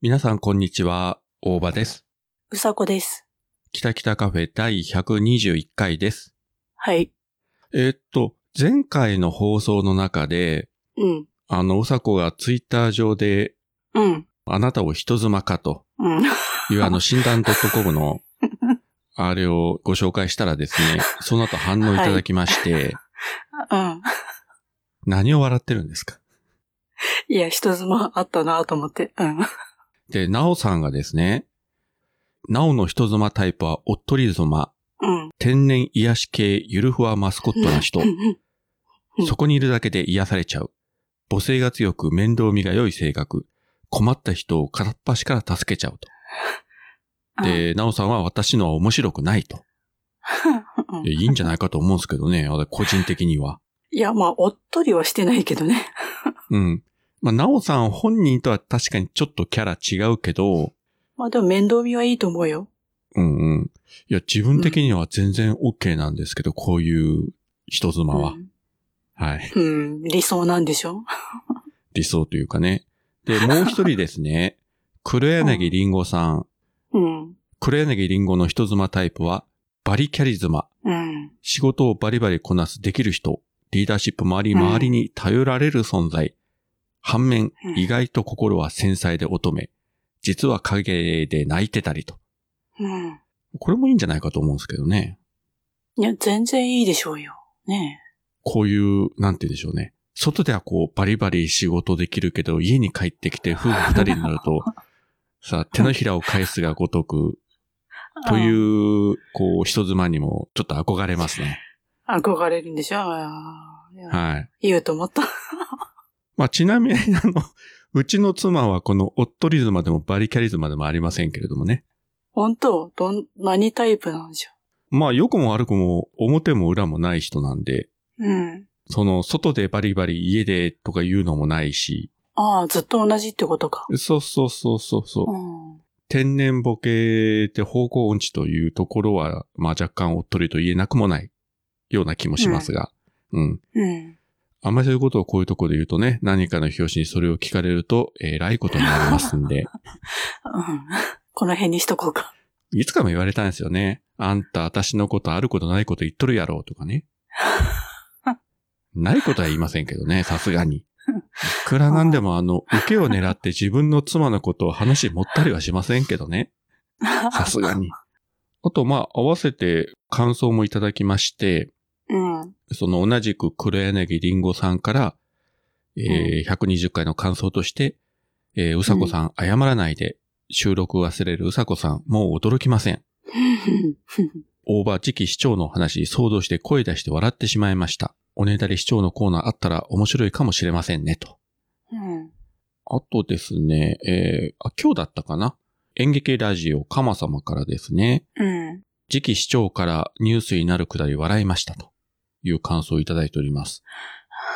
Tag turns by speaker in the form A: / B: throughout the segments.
A: 皆さん、こんにちは。大場です。
B: うさこです。
A: 北北カフェ第121回です。
B: はい。
A: えーっと、前回の放送の中で、
B: うん。
A: あの、うさこがツイッター上で、
B: うん。
A: あなたを人妻かと
B: うん。
A: いうあの、診断 .com の、あれをご紹介したらですね、その後反応いただきまして、
B: うん。
A: 何を笑ってるんですか
B: いや、人妻あったなと思って。うん。
A: で、なおさんがですね、なおの人妻タイプはおっとり妻、
B: うん。
A: 天然癒し系ゆるふわマスコットな人
B: う。ん。うん
A: そこにいるだけで癒されちゃう。母性が強く面倒見が良い性格。困った人を片っ端から助けちゃうと。で、なおさんは私のは面白くないと。
B: うんうん
A: いやいいんじゃないかと思うんですけどね、 私個人的には。
B: いや、まあ、おっとりはしてないけどね。
A: うん。まあ、なおさん本人とは確かにちょっとキャラ違うけど、
B: まあ、でも面倒見はいいと思うよ。
A: うんうん。いや、自分的には全然 OK なんですけど、こういう人妻は。はい。
B: うん。うん。理想なんでしょ
A: 理想というかね。で、もう一人ですね。黒柳りんごさん。
B: うん。
A: 黒柳りんごの人妻タイプは、バリキャリズマ。
B: うん。
A: 仕事をバリバリこなすできる人。リーダーシップもあり、
B: うん
A: 周りに頼られる存在。反面
B: う、ん
A: 意外と心は繊細で乙女。実は影で泣いてたりと。
B: うん。
A: これもいいんじゃないかと思うんですけどね。
B: いや、全然いいでしょうよ。ね
A: こういう、なんて言うんでしょうね。外ではこう、バリバリ仕事できるけど、家に帰ってきて夫婦二人になると、さあ、手のひらを返すがごとく、
B: え。
A: と
B: うん。
A: いう、こう、人妻にも、ちょっと憧れますね。
B: 憧れるんでしょあーいや
A: はい。
B: 言うと 思った。
A: まあ、ちなみに、あの、 うちの妻はこのおっとり妻でもバリキャリ妻でもありませんけれどもね。
B: 本当どん、何タイプなんでしょ
A: まあ、良くも悪くも表も裏もない人なんで、
B: う。うん。
A: その、外でバリバリ家でとか言うのもないし、
B: ああ、ずっと同じってことか。
A: そうそうそうそうそうう。
B: ん。
A: 天然ボケで方向音痴というところは、まあ若干おっとりと言えなくもないような気もしますが、うん。
B: うん。
A: あんまりそういうことをこういうところで言うとね、何かの表紙にそれを聞かれると、えらいことになりますんで、
B: うん。この辺にしとこうか。
A: いつかも言われたんですよね。あんた、私のことあることないこと言っとるやろうとかね。ないことは言いませんけど ね、さすがに。いくらなんでもあ の、受けを狙って自分の妻のことを話持ったりはしませんけどね。さすがに。あと、まあ、合わせて感想もいただきまして、
B: うん。
A: その同じく黒柳りんごさんから、えー120回の感想として、えーうさこさん、謝らないで、収録忘れるうさこさん、もう驚きません。オーバー次期市長の話、想像して声出して笑ってしまいました。おねだり市長のコーナーあったら面白いかもしれませんね、と。
B: うん。
A: あとですね、えーあ、今日だったかな演劇ラジオ、かま様からですね、
B: うん。
A: 次期市長からニュースになるくだり笑いました、という感想をいただいております。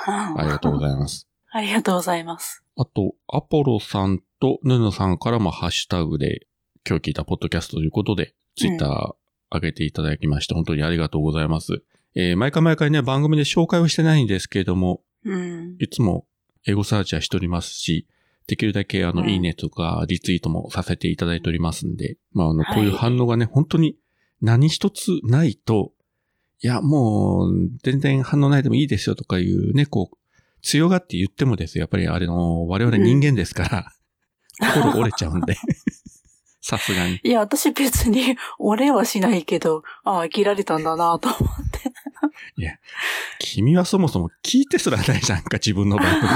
A: あ
B: あ
A: りがとうござ
B: います。
A: います。
B: ありがとうございます。
A: あと、アポロさんとヌヌさんからもハッシュタグで今日聞いたポッドキャストということで、ツイッター上げていただきまして、本当にありがとうございます。えー毎回毎回ね、番組で紹介をしてないんですけれども、
B: うん。
A: いつもエゴサーチはしておりますし、できるだけあの、
B: うん
A: いいねとかリツイートもさせていただいておりますんで、まあ、あの、
B: はい
A: こういう反応がね、本当に何一つないと、いや、もう、全然反応ないでもいいですよとかいうね、こう、強がって言ってもですよ。やっぱりあれの、我々人間ですから、心折れちゃうんで。さすがに。
B: いや、私別に、 お礼はしないけど、ああ、切られたんだなと思 って。
A: 君はそもそも聞いてすらないじゃんか、自分の番 組。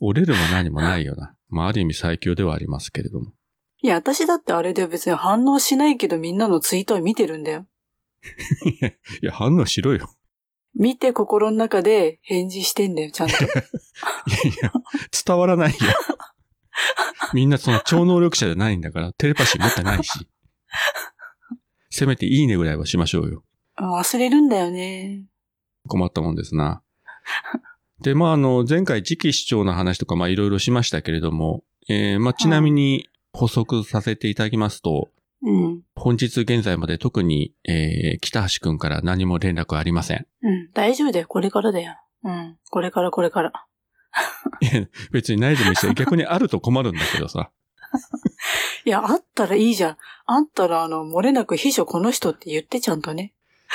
A: 折れるも何もないよな。まあ、ある意味最強ではありますけれども。
B: いや、私だってあれで別に反応しないけど、みんなのツイートは見てるんだよ。
A: いや、反応しろよ。
B: 見て心の中で返事してんだ よ、ちゃんと。
A: いやいや、伝わらないよ。みんなその超能力者じゃないんだから、テレパシー持ってないし。せめていいねぐらいはしましょうよ。
B: うん忘れるんだよね。
A: 困ったもんですな。で、まあ、あの、前回次期市長の話とか、まあ、いろいろしましたけれども、えーまあ、ちなみに補足させていただきますと、
B: うん。
A: 本日現在まで特に、えー北橋くんから何も連絡ありません。
B: うん。大丈夫だよ、これからだよ。うん。これから、これから。
A: いや別にないでもいいし、逆にあると困るんだけどさ。
B: いや、あったらいいじゃん。あったら、あの、漏れなく秘書この人って言ってちゃんとね。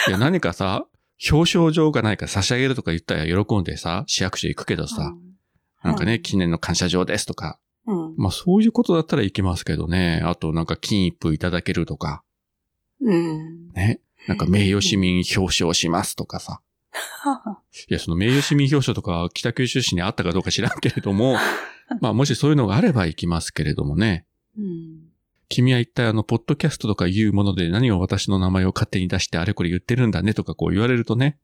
A: いや、何かさ、表彰状がないから差し上げるとか言ったら喜んでさ、市役所行くけどさ、なんか
B: は
A: ね、
B: い
A: 記念の感謝状ですとか。
B: うん。うん。
A: まあそういうことだったら行きますけどね。あとなんか金一封いただけるとか、
B: うん。
A: ね。なんか名誉市民表彰しますとかさ。いや、その名誉市民表彰とか北九州市にあったかどうか知らんけれど も、まあもしそういうのがあれば行きますけれどもね。
B: うん。
A: 君は一体あの、ポッドキャストとかいうもので何を私の名前を勝手に出してあれこれ言ってるんだねとかこう言われるとね、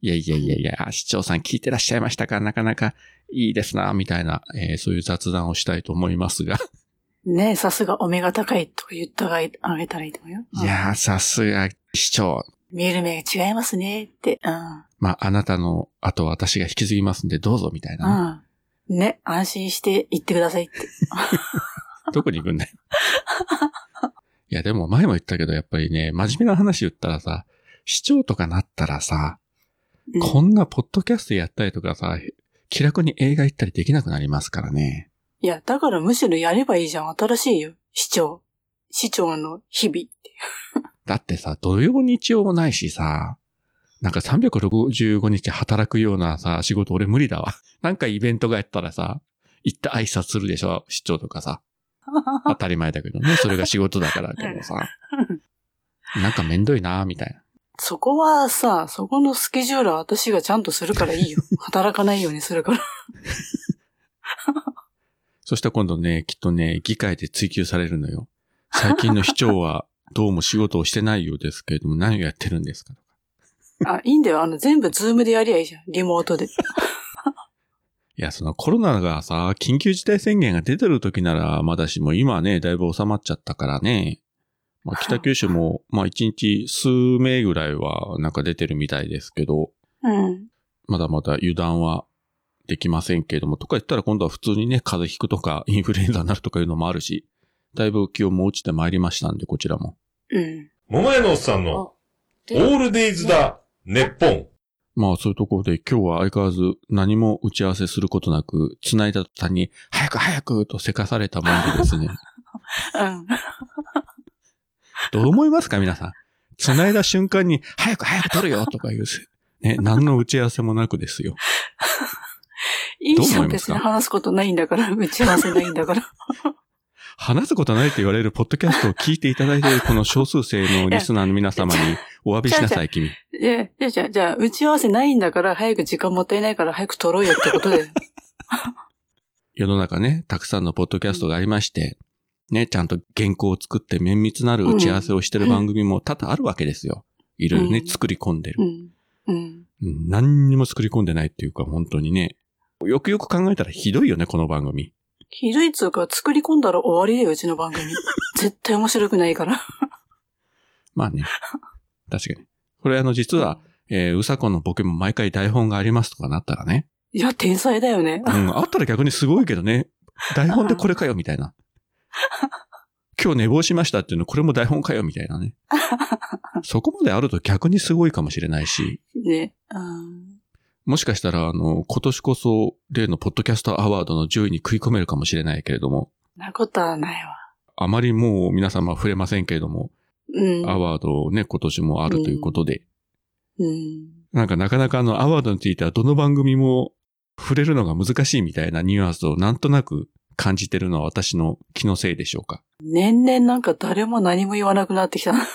A: いやいやいやいや、あ市長さん聞いてらっしゃいましたかなかなかいいですな、みたいな、えーそういう雑談をしたいと思いますが。
B: ねえ、さすがお目が高いとか言ってあげたらいいと思うよ。
A: いやー、さすが市長。
B: うん見える目が違いますねって。うん。
A: まあ、あなたの後は私が引き継ぎますんでどうぞ、みたいなね、
B: うん。ね、安心して言ってくださいって。
A: どこに行くんだよ。いや、でも前も言ったけど、やっぱりね、真面目な話言ったらさ、市長とかなったらさ、
B: うん
A: こんなポッドキャストやったりとかさ、気楽に映画行ったりできなくなりますからね。
B: いや、だからむしろやればいいじゃん。新しいよ。市長。市長の日々って。
A: だってさ、土曜日曜もないしさ、なんか365日働くようなさ、仕事俺無理だわ。 なんかイベントがやったらさ、行って挨拶するでしょ、市長とか さ。当たり前だけどね、それが仕事だからだけど さ。なんかめんどいなみたいな。
B: そこはさ、そこのスケジュールは私がちゃんとするからいい よ。働かないようにするから。
A: そしたら今度ね、きっとね、議会で追及されるのよ。最近の市長はどうも仕事をしてないようですけれども、何をやってるんですか
B: あ、いいんだよ。あの、全部ズームでやりゃいいじゃん。リモートで。
A: いや、そのコロナがさ、緊急事態宣言が出てる時なら、まだしも今はね、だいぶ収まっちゃったからね。まあ、北九州も、まあ一日数名ぐらいはなんか出てるみたいですけど、
B: うん。
A: まだまだ油断はできませんけれども、とか言ったら今度は普通にね、風邪ひくとか、 インフルエンザになるとかいうのもあるし、だいぶ気温も落ちてまいりましたんで、こちらも。
B: うん。
C: 桃屋のおっさんの、オールデイズだ、ネッポン。
A: まあそういうところで今日は相変わらず何も打ち合わせすることなく、繋いだ途端に、早く早くとせかされたもんでですね。
B: うん。
A: どう思いますか皆さん。繋いだ瞬間に、早く早く撮るよとか言うし。ね、何の打ち合わせもなくですよ。
B: いいじ
A: どう
B: ゃ
A: 思
B: ん。
A: います
B: 別
A: か
B: に話すことないんだから。打ち合わせないんだから。
A: 話すことないと言われるポッドキャストを聞いていただいているこの少数生のリスナーの皆様にお詫びしなさい、君。
B: いや、いやじゃあ、じゃあ、打ち合わせないんだから、早く時間もったいないから、早く取ろうよってことで。
A: 世の中ね、たくさんのポッドキャストがありまして、ね、ちゃんと原稿を作って綿密なる打ち合わせをしてる番組も多々あるわけですよ。いろいろね
B: う、ん
A: 作り込んでる
B: う。ん。うん。
A: うん何にも作り込んでないっていうか、本当にね。よくよく考えたらひどいよね、この番組。
B: ひどいっつうか、作り込んだら終わりだよ、うちの番組。絶対面白くないから。
A: ま あね。確かに。これあの、実は、えー、うさこのボケも毎回台本がありますとかなったらね。
B: いや、天才だよね
A: う。ん、あったら逆にすごいけどね。台本でこれかよ、みたい な。今日寝坊しましたっていうの、これも台本かよ、みたいなね。そこまであると逆にすごいかもしれないし、
B: ね。うん。
A: もしかしたら、あの、今年こそ、例のポッドキャストアワードの上位に食い込めるかもしれないけれども、
B: なことはないわ。
A: あまりもう皆様触れませんけれども、
B: うん。
A: アワードをね、今年もあるということで、
B: うん。
A: なんかなかなかあのアワードについてはどの番組も触れるのが難しいみたいなニュアンスをなんとなく感じてるのは私の気のせいでしょうか。
B: 年々なんか誰も何も言わなくなってきたな。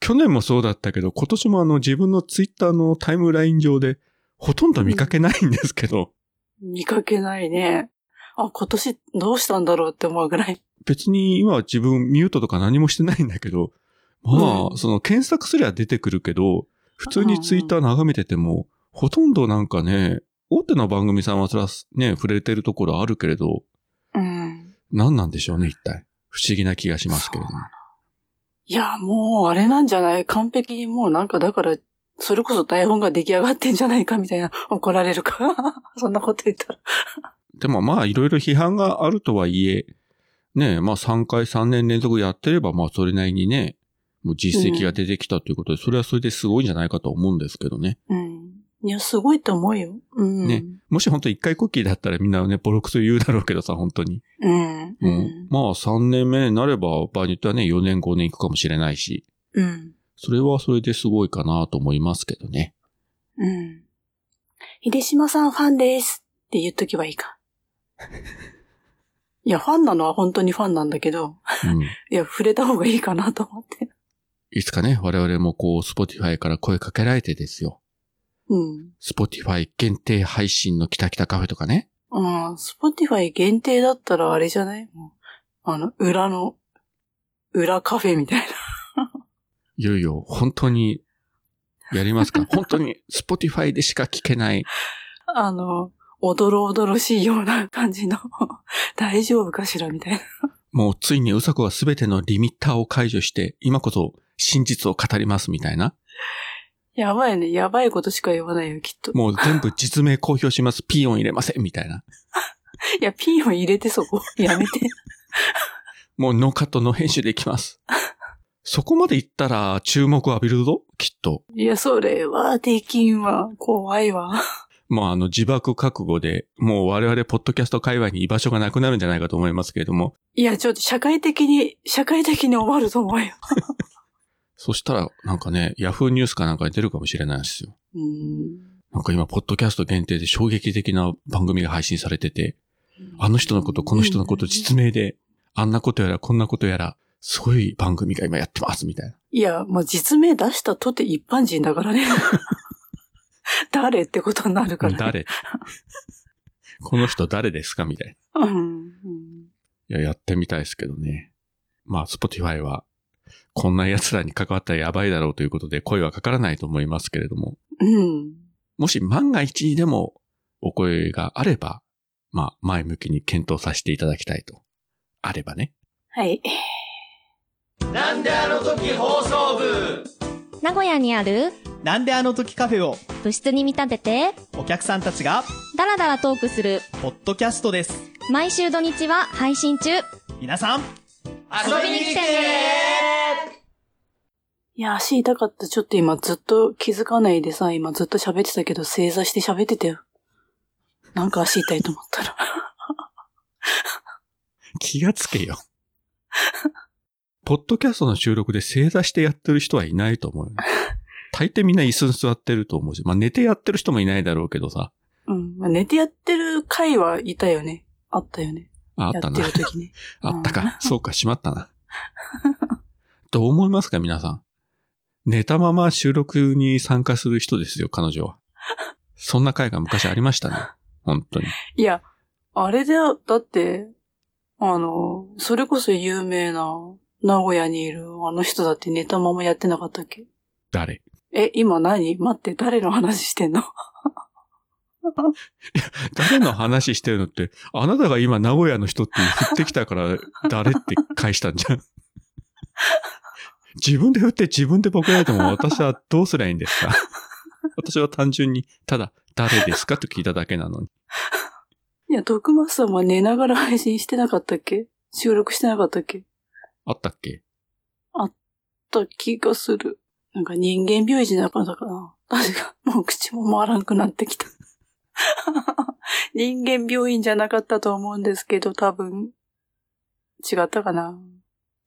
A: 去年もそうだったけど、今年もあの自分のツイッターのタイムライン上でほとんど見かけないんですけど、
B: 見かけないね。あ、今年どうしたんだろうって思うぐらい。
A: 別に今は自分ミュートとか何もしてないんだけど、ま
B: う
A: あ、
B: ん
A: その検索すりゃ出てくるけど、普通にツイッター眺めてても、ほとんどなんかね、大手の番組さんはそらね、触れてるところあるけれど、
B: うん。
A: 何なんでしょうね、一体。不思議な気がしますけれども。
B: いや、もうあれなんじゃない完璧にもうなんかだから、それこそ台本が出来上がってんじゃないかみたいな怒られるか。 そんなこと言ったら。
A: でもまあ、いろいろ批判があるとはいえ、ねえ、まあ3回3年連続やってれば、まあそれなりにね、もう実績が出てきたということで、それはそれですごいんじゃないかと思うんですけどね。
B: うん。いや、すごいと思うよ。うん。
A: ねもし本当一回コッキーだったらみんなね、ボロクソ言うだろうけどさ、本当に。
B: うん。
A: う
B: うんん。
A: まあ3年目になれば、場合によってはね、4年5年行くかもしれないし、
B: うん。
A: それはそれですごいかなと思いますけどね。
B: うん。秀島さんファンですって言っとけばい いか。いや、ファンなのは本当にファンなんだけど、
A: うん。
B: いや、触れた方がいいかなと思って。
A: いつかね、我々もこう、Spotify から声かけられてですよ。
B: うん。
A: Spotify 限定配信のキタキタカフェとかね。
B: うん、スポティファイ限定だったらあれじゃないもう、あの、裏の、裏カフェみたいな。
A: いよいよ、本当に、やりますか本当に Spotify でしか聞けない。
B: あの、おどろおどろしいような感じの、 大丈夫かしらみたいな。
A: もうついにうさこはすべてのリミッターを解除して、今こそ真実を語りますみたいな。
B: やばいね。やばいことしか言わないよ、きっと。
A: もう全部実名公表します。ピー音入れませんみたいな。
B: いや、ピンを入れてそこ。 やめて。
A: もうノーカットノー編集でいきます。そこまでいったら注目を浴びるぞきっと。
B: いや、それはできんわ。怖いわ。
A: もうあの自爆覚悟で、もう我々ポッドキャスト界隈に居場所がなくなるんじゃないかと思いますけれども。
B: いや、ちょっと社会的に、社会的に終わると思うよ。
A: そしたらなんかね、ヤフーニュースかなんかに出るかもしれないですよ。
B: うーん。
A: なんか今、ポッドキャスト限定で衝撃的な番組が配信されてて、あの人のこと、この人のこと、実名で、あんなことやら、こんなことやら、すごい番組が今やってます、みたいな。
B: いや、もう実名出したとて一般人だか らね。誰ってことになるから、ね。
A: 誰この人誰ですかみたい
B: うんうん。
A: な。いや、やってみたいですけどね。まあ、Spotify は、こんな奴らに関わったらやばいだろうということで、声はかからないと思いますけれども、
B: うん。
A: もし万が一にでもお声があれば、まあ、前向きに検討させていただきたいと。あればね。
B: はい。
C: なんであの時放送部
D: 名古屋にある
E: なんであの時カフェを
D: 部室に見立てて、
E: お客さんたちが
D: ダラダラトークする、
E: ポッドキャストです。
D: 毎週土日は配信中。
E: 皆さん、
C: 遊びに来てね
B: いや、足痛かった。ちょっと今ずっと気づかないでさ、今ずっと喋ってたけど、正座して喋ってたよ。なんか足痛いと 思ったら。
A: 気がつけよ。ポッドキャストの収録で正座してやってる人はいないと 思うよ。大抵みんな椅子に座ってると思うし、まあ寝てやってる人もいないだろうけどさ。
B: うん。まあ、寝てやってる回はいたよね。あったよね。
A: ああったな
B: や。ってる時ね。
A: あったか。そうか、しまったな。どう思いますか、皆さん。寝たまま収録に参加する人ですよ、彼女は。そんな回が昔ありましたね。本当に。
B: いや、あれで、だって、あの、それこそ有名な名古屋にいるあの人だって寝たままやってなかったっけ
A: 誰
B: え、今何待って、誰の話してんの
A: 誰の話してるのって、あなたが今名古屋の人って振ってきたから、誰って返したんじゃん。自分で振って自分でボケられても私はどうすりゃいいんですか私は単純に、ただ、誰ですかと聞いただけなのに。
B: いや、徳松さんは寝ながら配信してなかったっけ収録してなかったっけ
A: あったっけ
B: だった気がする。なんか人間病院じゃなかったかな。確か、もう口も回らんくなってきた。 人間病院じゃなかったと思うんですけど、多分、違ったかな。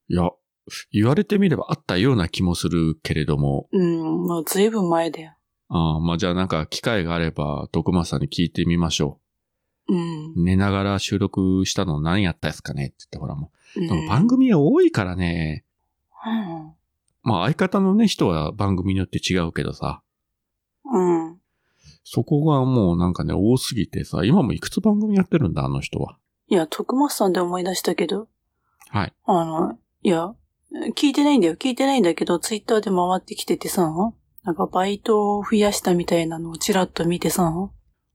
A: いや、言われてみればあったような気もするけれども、
B: うん、もう随分前だよ。
A: あーまあじゃあなんか機会があれば、徳間さんに聞いてみましょ
B: うん
A: う。。寝ながら収録したの何やったですかねって言ってほらもう。で
B: う
A: も
B: ん
A: 番組が多いからね、
B: うん
A: まあ相方のね、人は番組によって違うけどさ、
B: うん。
A: そこがもうなんかね、多すぎてさ、今もいくつ番組やってるんだ、あの人は。
B: いや、徳松さんで思い出したけど、
A: はい。
B: あの、いや、聞いてないんだよ。聞いてないんだけど、ツイッターで回ってきててさ、なんかバイトを増やしたみたいなのをちらっと見てさ、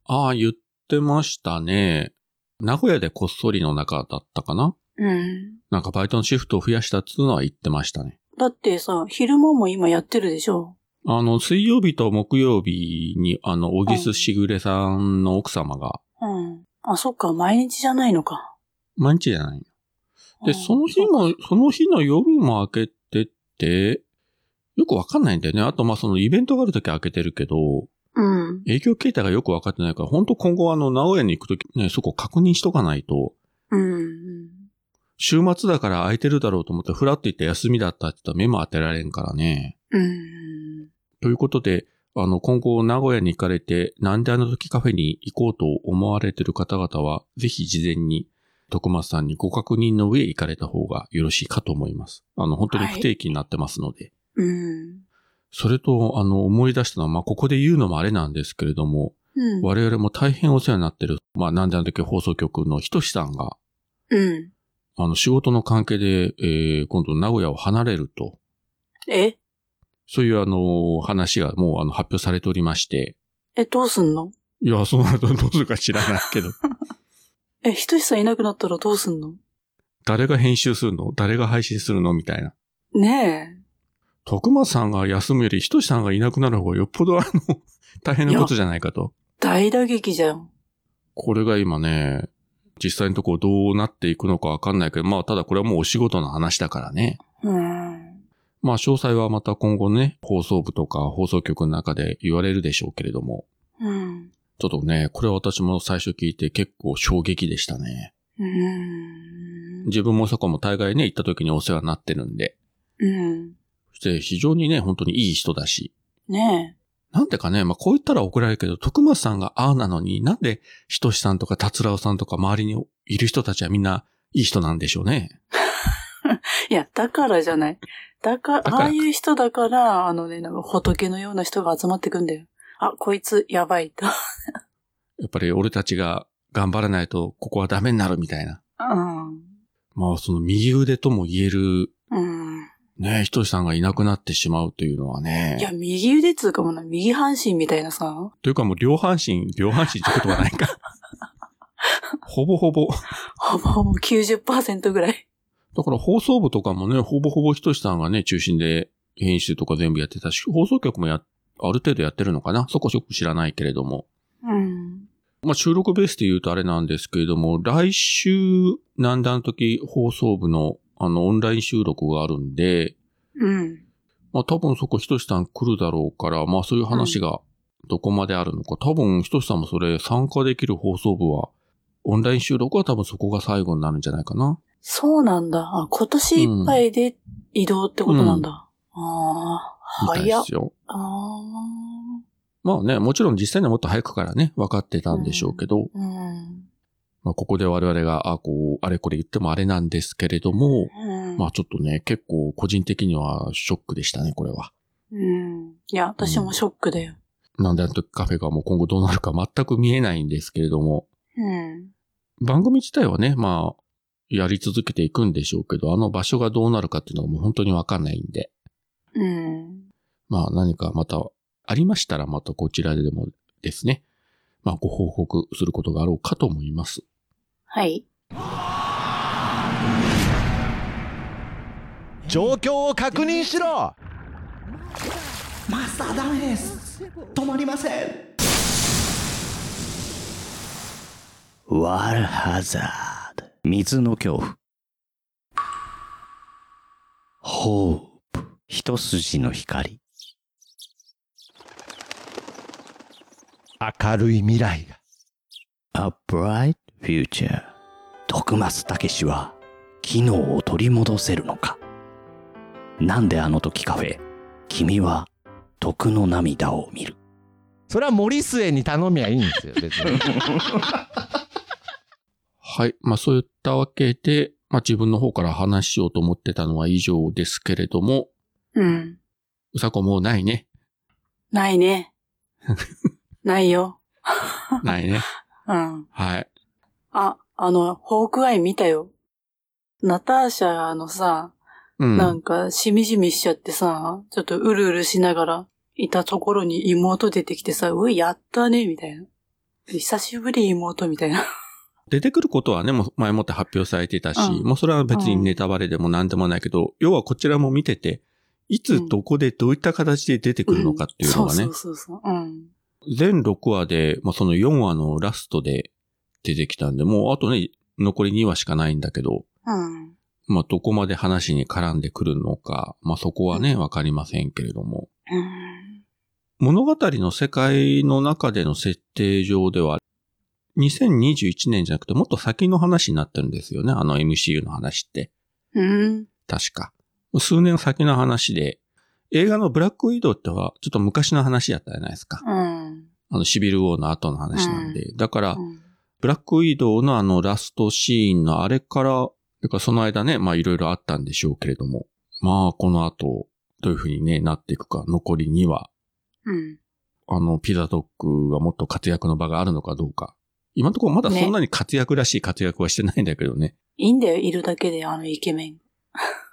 A: ああ、言ってましたね。名古屋でこっそりの中だったかな
B: うん。
A: なんかバイトのシフトを増やしたっつうのは言ってましたね。
B: だってさ、昼間も今やってるでしょ。
A: あの、水曜日と木曜日に、あの、小木須しぐれさんの奥様が、
B: うん。あ、そっか、毎日じゃないのか。
A: 毎日じゃない。
B: う
A: で、
B: ん
A: その日も、その日の夜も開けてて、よくわかんないんだよね。あと、まあ、そのイベントがあるとき開けてるけど、
B: うん。
A: 影響形態がよく分かってないから、本当今後あの、名古屋に行くとき、ね、そこ確認しとかないと、
B: うん。
A: 週末だから空いてるだろうと思って、ふらっと行って休みだったって言ったら目も当てられんからね。
B: うん。
A: ということで、あの、今後名古屋に行かれて、なんであの時カフェに行こうと思われてる方々は、ぜひ事前に、徳松さんにご確認の上行かれた方がよろしいかと思います。あの、本当に不定期になってますので。
B: うん。
A: それと、あの、思い出したのは、まあ、ここで言うのもあれなんですけれども、
B: うん。
A: 我々も大変お世話になってる、まあ、なんであの時放送局のひとしさんが、
B: うん。
A: あの、仕事の関係で、えー、今度名古屋を離れると、
B: え
A: そういうあの、話がもうあの、発表されておりまして、
B: え、どうすんの
A: いや、その後どうするか知らないけど、
B: え、ひとしさんいなくなったらどうすんの
A: 誰が編集するの誰が配信するのみたいな。
B: ね
A: 徳松さんが休むより、ひとしさんがいなくなる方がよっぽどあ の、大変なことじゃないかと。
B: え。大打撃じゃん。
A: これが今ね、実際のところどうなっていくのかわかんないけど、まあただこれはもうお仕事の話だからね。
B: うん。
A: まあ詳細はまた今後ね、放送部とか放送局の中で言われるでしょうけれども、
B: うん。
A: ちょっとね、これは私も最初聞いて結構衝撃でしたね。
B: うん。
A: 自分もそこも大概ね、行った時にお世話になってるんで。
B: うん。
A: そして非常にね、本当にいい人だし。
B: ね
A: なんてかね、まあこう言ったら怒られるけど、徳松さんがああなのになんで、ひとしさんとか達郎さんとか周りにいる人たちはみんないい人なんでしょうね。
B: え。いや、だからじゃない。だから、
A: だから
B: ああいう人だから、あのね、なんか仏のような人が集まってくんだよ。あ、こいつ、やばいと。
A: やっぱり俺たちが頑張らないとここはダメになるみたいな。
B: うん。
A: まあその右腕とも言える、
B: うん。
A: ね、ひとしさんがいなくなってしまうというのはい
B: や、
A: ね。
B: 右腕っつうかもな、右半身みたいなさ、
A: というかもう両半身、両半身ってことはないか。ほぼほぼ。
B: ほぼほぼ90%ぐらい。
A: だから放送部とかもね、ほぼほぼひとしさんがね、中心で編集とか全部やってたし、放送局もや、ある程度やってるのかなそこそこ知らないけれども。
B: うん。
A: まあ、収録ベースで言うとあれなんですけれども、来週、なんだの時放送部の、あの、オンライン収録があるんで、
B: うん。
A: まあ多分そこひとしさん来るだろうから、まあそういう話がどこまであるのか、多分ひとしさんもそれ参加できる放送部は、オンライン収録は多分そこが最後になるんじゃないかな。
B: そうなんだ。あ、今年いっぱいで移動ってことなんだ。ああ、
A: みたいで
B: 早っ。
A: すよ。
B: ああ、
A: まあね、もちろん実際にはもっと早くからね、分かってたんでしょうけど、
B: うん。
A: まあここで我々が、あ、こう、あれこれ言ってもあれなんですけれども、
B: うん。
A: まあちょっとね、結構個人的にはショックでしたね、これは。
B: うん。いや、私もショックだよ。
A: なんであの時カフェがもう今後どうなるか全く見えないんですけれども、
B: うん。
A: 番組自体はね、まあ、やり続けていくんでしょうけど、あの場所がどうなるかっていうのがもう本当にわかんないんで、
B: うん。
A: まあ何かまたありましたらまたこちらでもですね、まあご報告することがあろうかと思います。
B: はい。
F: 状況を確認しろ
E: マスターダメです止まりません
G: ワールハザード。水の恐怖。ホープ。一筋の光。
F: 明るい未来が
G: A bright future。徳松武氏は、機能を取り戻せるのか。なんであの時カフェ、君は、徳の涙を見る。
F: それは森末に頼みゃいいんですよ別に
A: はい。まあそういったわけで、まあ自分の方から話しようと思ってたのは以上ですけれども、
B: うん。
A: うさこもうないね。
B: な いね。ないよ。
A: ないね。
B: うん。
A: はい。
B: あ、あの、ホークアイ見たよ。ナターシャのさ、
A: うん。
B: なんか、しみじみしちゃってさ、ちょっとうるうるしながら、いたところに妹出てきてさ、うい、やったね、みたいな。久しぶり、妹、みたいな。
A: 出てくることはね、もう前もって発表されてたし、
B: うん
A: もうそれは別に
B: うん
A: ネタバレでも何でもないけど、要はこちらも見てて、いつどこでどういった形で出てくるのかっていうのがね、
B: うんそうそうそうそう。うん。
A: 全6話で、まあ、その4話のラストで出てきたんで、もうあとね、残り2話しかないんだけど、
B: うん。
A: まあ、どこまで話に絡んでくるのか、まあ、そこはね、わかりませんけれども。
B: うん
A: 物語の世界の中での設定上では、2021年じゃなくてもっと先の話になってるんですよね。あの MCU の話って。
B: うん。
A: 確か。数年先の話で、映画のブラックウィドウってはちょっと昔の話やったじゃないですか。
B: うん。
A: あのシビル王の後の話なんで。だから、ブラックウィドウのあのラストシーンのあれから、てかその間ね、まあいろいろあったんでしょうけれども、まあこの後、どういう風にね、なっていくか、残りには、
B: うん。
A: あの、ピザドッグがもっと活躍の場があるのかどうか。今のところまだそんなに活躍らしい活躍はしてないんだけどね。
B: いいんだよ、いるだけで、あのイケメン。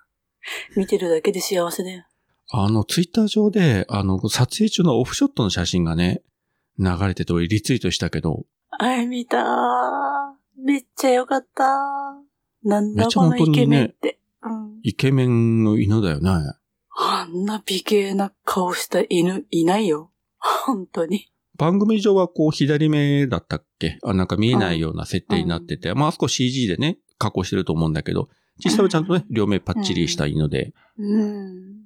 B: 見てるだけで幸せだよ。
A: あの、ツイッター上で、あの、撮影中のオフショットの写真がね、流れてて、俺リツイートしたけど、
B: あれ見たー。めっちゃよかったー。なんだ
A: めっちゃ
B: この
A: 本当
B: イ
A: にね
B: ケメンって。うん。
A: イケメンの犬だよね。
B: あんな美形な顔した犬いないよ。本当に。
A: 番組上はこう左目だったっけあなんか見えないような設定になってて、まああそこ CG でね、加工してると思うんだけど、実際はちゃんとね、両目パッチリした犬で、
B: うん。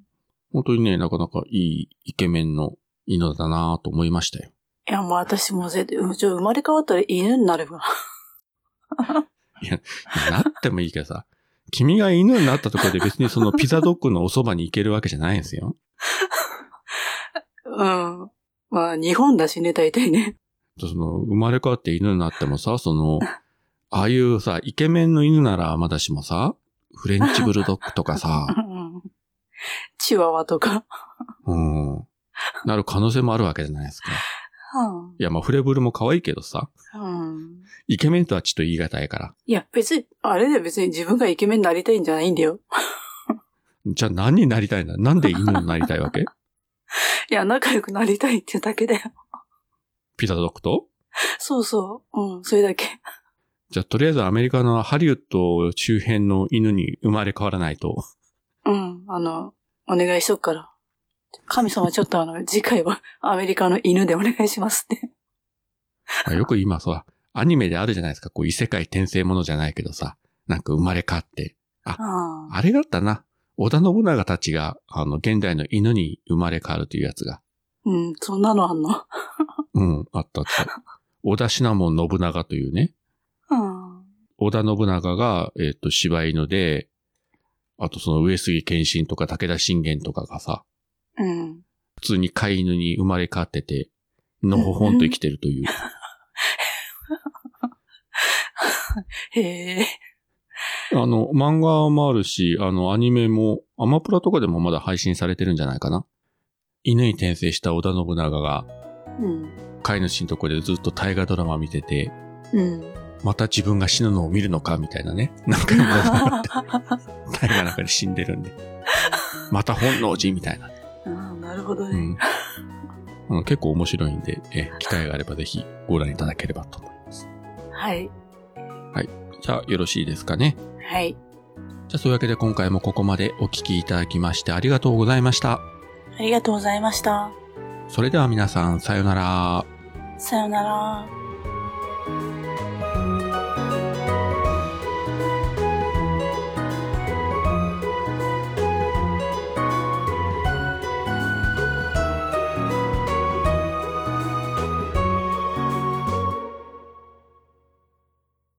A: 本当にね、なかなかいいイケメンの犬だなぁと思いましたよ。
B: いや、もう私もぜ、うちょ生まれ変わったら犬になれば。
A: なってもいいけどさ、君が犬になったところで別にそのピザドッグのおそばに行けるわけじゃないんですよ。
B: うん。まあ、日本だしね、大体ね。
A: その、生まれ変わって犬になってもさ、その、ああいうさ、イケメンの犬ならまだしもさ、フレンチブルドッグとかさ
B: う、ん。チワワとか。
A: うん。なる可能性もあるわけじゃないですか。
B: うん
A: いや、まあ、フレブルも可愛いけどさ、
B: うん。
A: イケメンとはちょっと言い難いから。
B: いや、別に、あれだよ、別に自分がイケメンになりたいんじゃないんだよ。
A: じゃあ何になりたいんだなんで犬になりたいわけ
B: いや、仲良くなりたいってだけだよ。
A: ピザドッグと
B: そうそう。うん、それだけ。
A: じゃあ、とりあえずアメリカのハリウッド周辺の犬に生まれ変わらないと。
B: うん、あの、お願いしとくから。神様ちょっとあの、次回はアメリカの犬でお願いしますって。
A: まあよく今さ、アニメであるじゃないですか。こう、異世界転生ものじゃないけどさ、なんか生まれ変わって。
B: うん。
A: あれだったな。織田信長たちが、あの、現代の犬に生まれ変わるというやつが。
B: うん、そんなのあんの。
A: うん、あったあった。 織田信長信長というね。
B: うん。
A: 織田信長が、えっ、と、柴犬で、あとその上杉謙信とか武田信玄とかがさ、
B: うん。
A: 普通に飼い犬に生まれ変わってて、のほほんと生きてるという。
B: へえ。
A: あの、漫画もあるし、あの、アニメも、アマプラとかでもまだ配信されてるんじゃないかな。犬に転生した織田信長が、
B: うん。
A: 飼い主のとこでずっと大河ドラマ見てて、
B: うん。
A: また自分が死ぬのを見るのかみたいなね。なんか、大河の中で死んでるんで。また本能寺みたいな。
B: ああ、なるほど
A: う
B: ね。
A: ん、あの結構面白いんで、え機会があればぜひご覧いただければと思います。
B: はい。
A: じゃあよろしいですかね。
B: はい。
A: じゃあそういうわけで今回もここまでお聞きいただきましてありがとうございました。
B: ありがとうございました。
A: それでは皆さんさようなら。
B: さよなら。